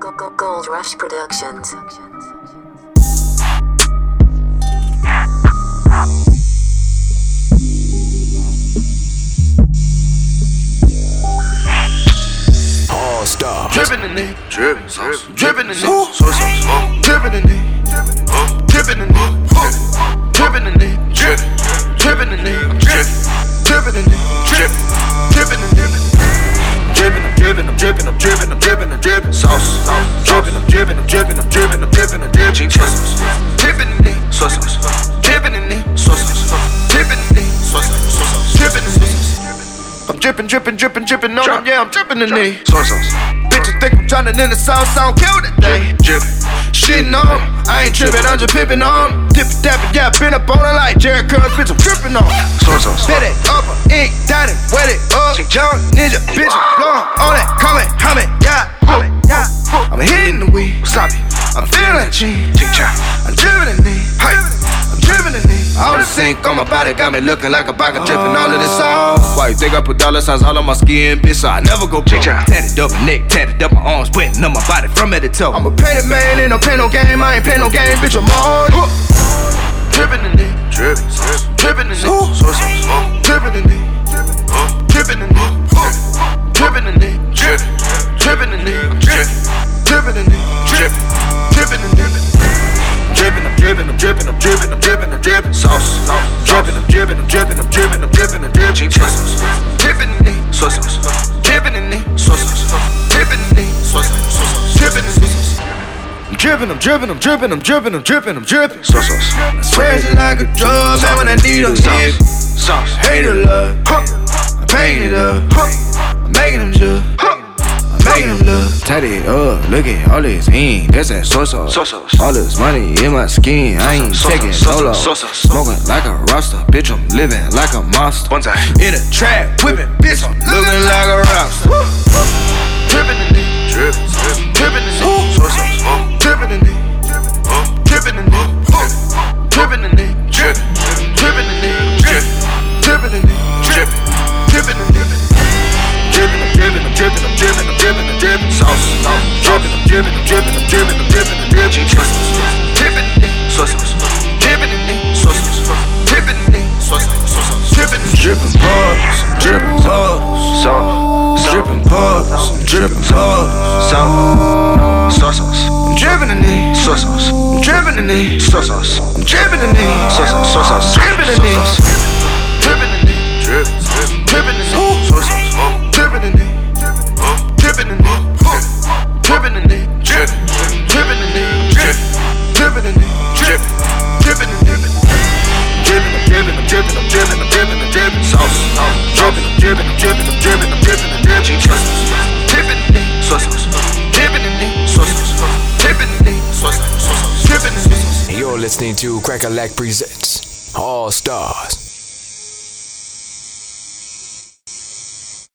Gold Rush Productions. All star. Drippin' in it, drippin' sauce, drippin' in it, soy sauce, drippin' in it, drippin' in it, drippin' in it, drip, drippin' in it, drip, drippin' in it, drip, drippin' in it. Drippin', I'm drippin', I'm drippin', I'm drippin', I'm drippin', I'm drippin' sauce. Drippin', I'm drippin', I'm drippin', I'm drippin', I'm drippin', I'm drippin' sauce. Drippin' in it, soy sauce. Drippin' in it, soy sauce. Drippin' in it, soy sauce. Drippin' in it. I'm drippin', drippin', drippin', drippin' on 'em, yeah, I'm drippin' in it. Soy sauce. Bitches think I'm drowning in the sauce, I don't care what they think. Drippin'. Shitting on 'em. I ain't trippin', I'm just pippin' on 'em. Dippin' dappin', yeah, been up on it like Jerry Curls, bitch, I'm trippin' on 'em. Soy sauce. Spit it up, ink, down it, wet it up. Young ninja, bitch, I'm blowin' on it, coming, humming, yeah, humming, yeah. I'm hitting the weed, stop it. I'm feeling G. I'm drippin' in it, hey, I'm drippin' in it. All the sink on my body got me looking like a baka drippin' all of this sauce. Why you think I put dollar signs all on my skin, bitch? So I never go broke. Cha-cha. Tatted up my neck, tatted up my arms, sweating on my body from head to toe. I'm a painted man, ain't no pain no game. I ain't paint no game, bitch. I'm on. Drippin' in it, Drip. drippin' in it, Soy sauce. drippin' in it, drippin' in it, drippin' in it, drip, drippin' in it, drip, drippin' in it, drip, drippin' in it. Drippin', I'm drippin', I'm drippin', I'm drippin', I'm drippin', I'm drippin' sauce. Drippin', I'm drippin', I'm drippin', I'm drippin', I'm drippin', I'm drippin' sauce. Drippin' in it, soy sauce. Drippin' in it, soy sauce. Drippin' in it, soy sauce. Drippin' in it. I'm drippin', I'm drippin', I'm drippin', I'm drippin', I'm drippin', I'm drippin'. Soy sauce. Crazy like a drug, man, when I need a hit. Sauce. Hate or love, huh? I'm painting it up, huh? I'm making them jump, huh? I'm making them look. Tatted up, look at all this ink, that's that soy sauce. Soy sauce. All this money in my skin, I ain't Soy sauce, taking soy sauce, solo. soy sauce. Smoking like a roster, bitch, I'm living like a monster. One time. In a trap, whipping, bitch, I'm looking like a roster. Dripping in it, Drip. dripping in it, Soy sauce. dripping in it. Drippin' in it, drippin' in it, drip, drippin' in it, drip, drippin' in it, drip, drippin' in it, drippin', I'm drippin', I'm drippin', I'm drippin', I'm drippin', I'm drippin', sauce, sauce, drippin', I'm drippin', I'm drippin', I'm drippin', I'm drippin', I'm drippin', drippin' in it, sauce, sauce, drippin' in it, sauce, sauce, drippin' in it, sauce, sauce, drippin', drippin' bars, drippin' bars, sauce, drippin' bars, drippin' bars, sauce, sauce, sauce, drippin' in it, sauce. Soy sauce. I'm drippin' in it. Soy sauce. I'm drippin' in it. Soy sauce. Soy sauce. Drippin' in it. Drippin' in it. Drip. Drippin' in it. Soy sauce. Drippin' in it. Drippin' in it. Drippin' in it. Drip. Drippin' in it. Drip. Drippin' in it. Drip. Drippin' in it. Drippin', I'm drippin', I'm drippin', I'm drippin', I'm drippin', I'm drippin', sauce. Drippin', I'm drippin', I'm drippin', I'm drippin', I'm drippin', I'm drippin', drippin' in it, soy sauce. Drippin' in it, soy sauce. Drippin' in it, soy sauce. Drippin' in it. And you're listening to Crackalack Presents All Stars.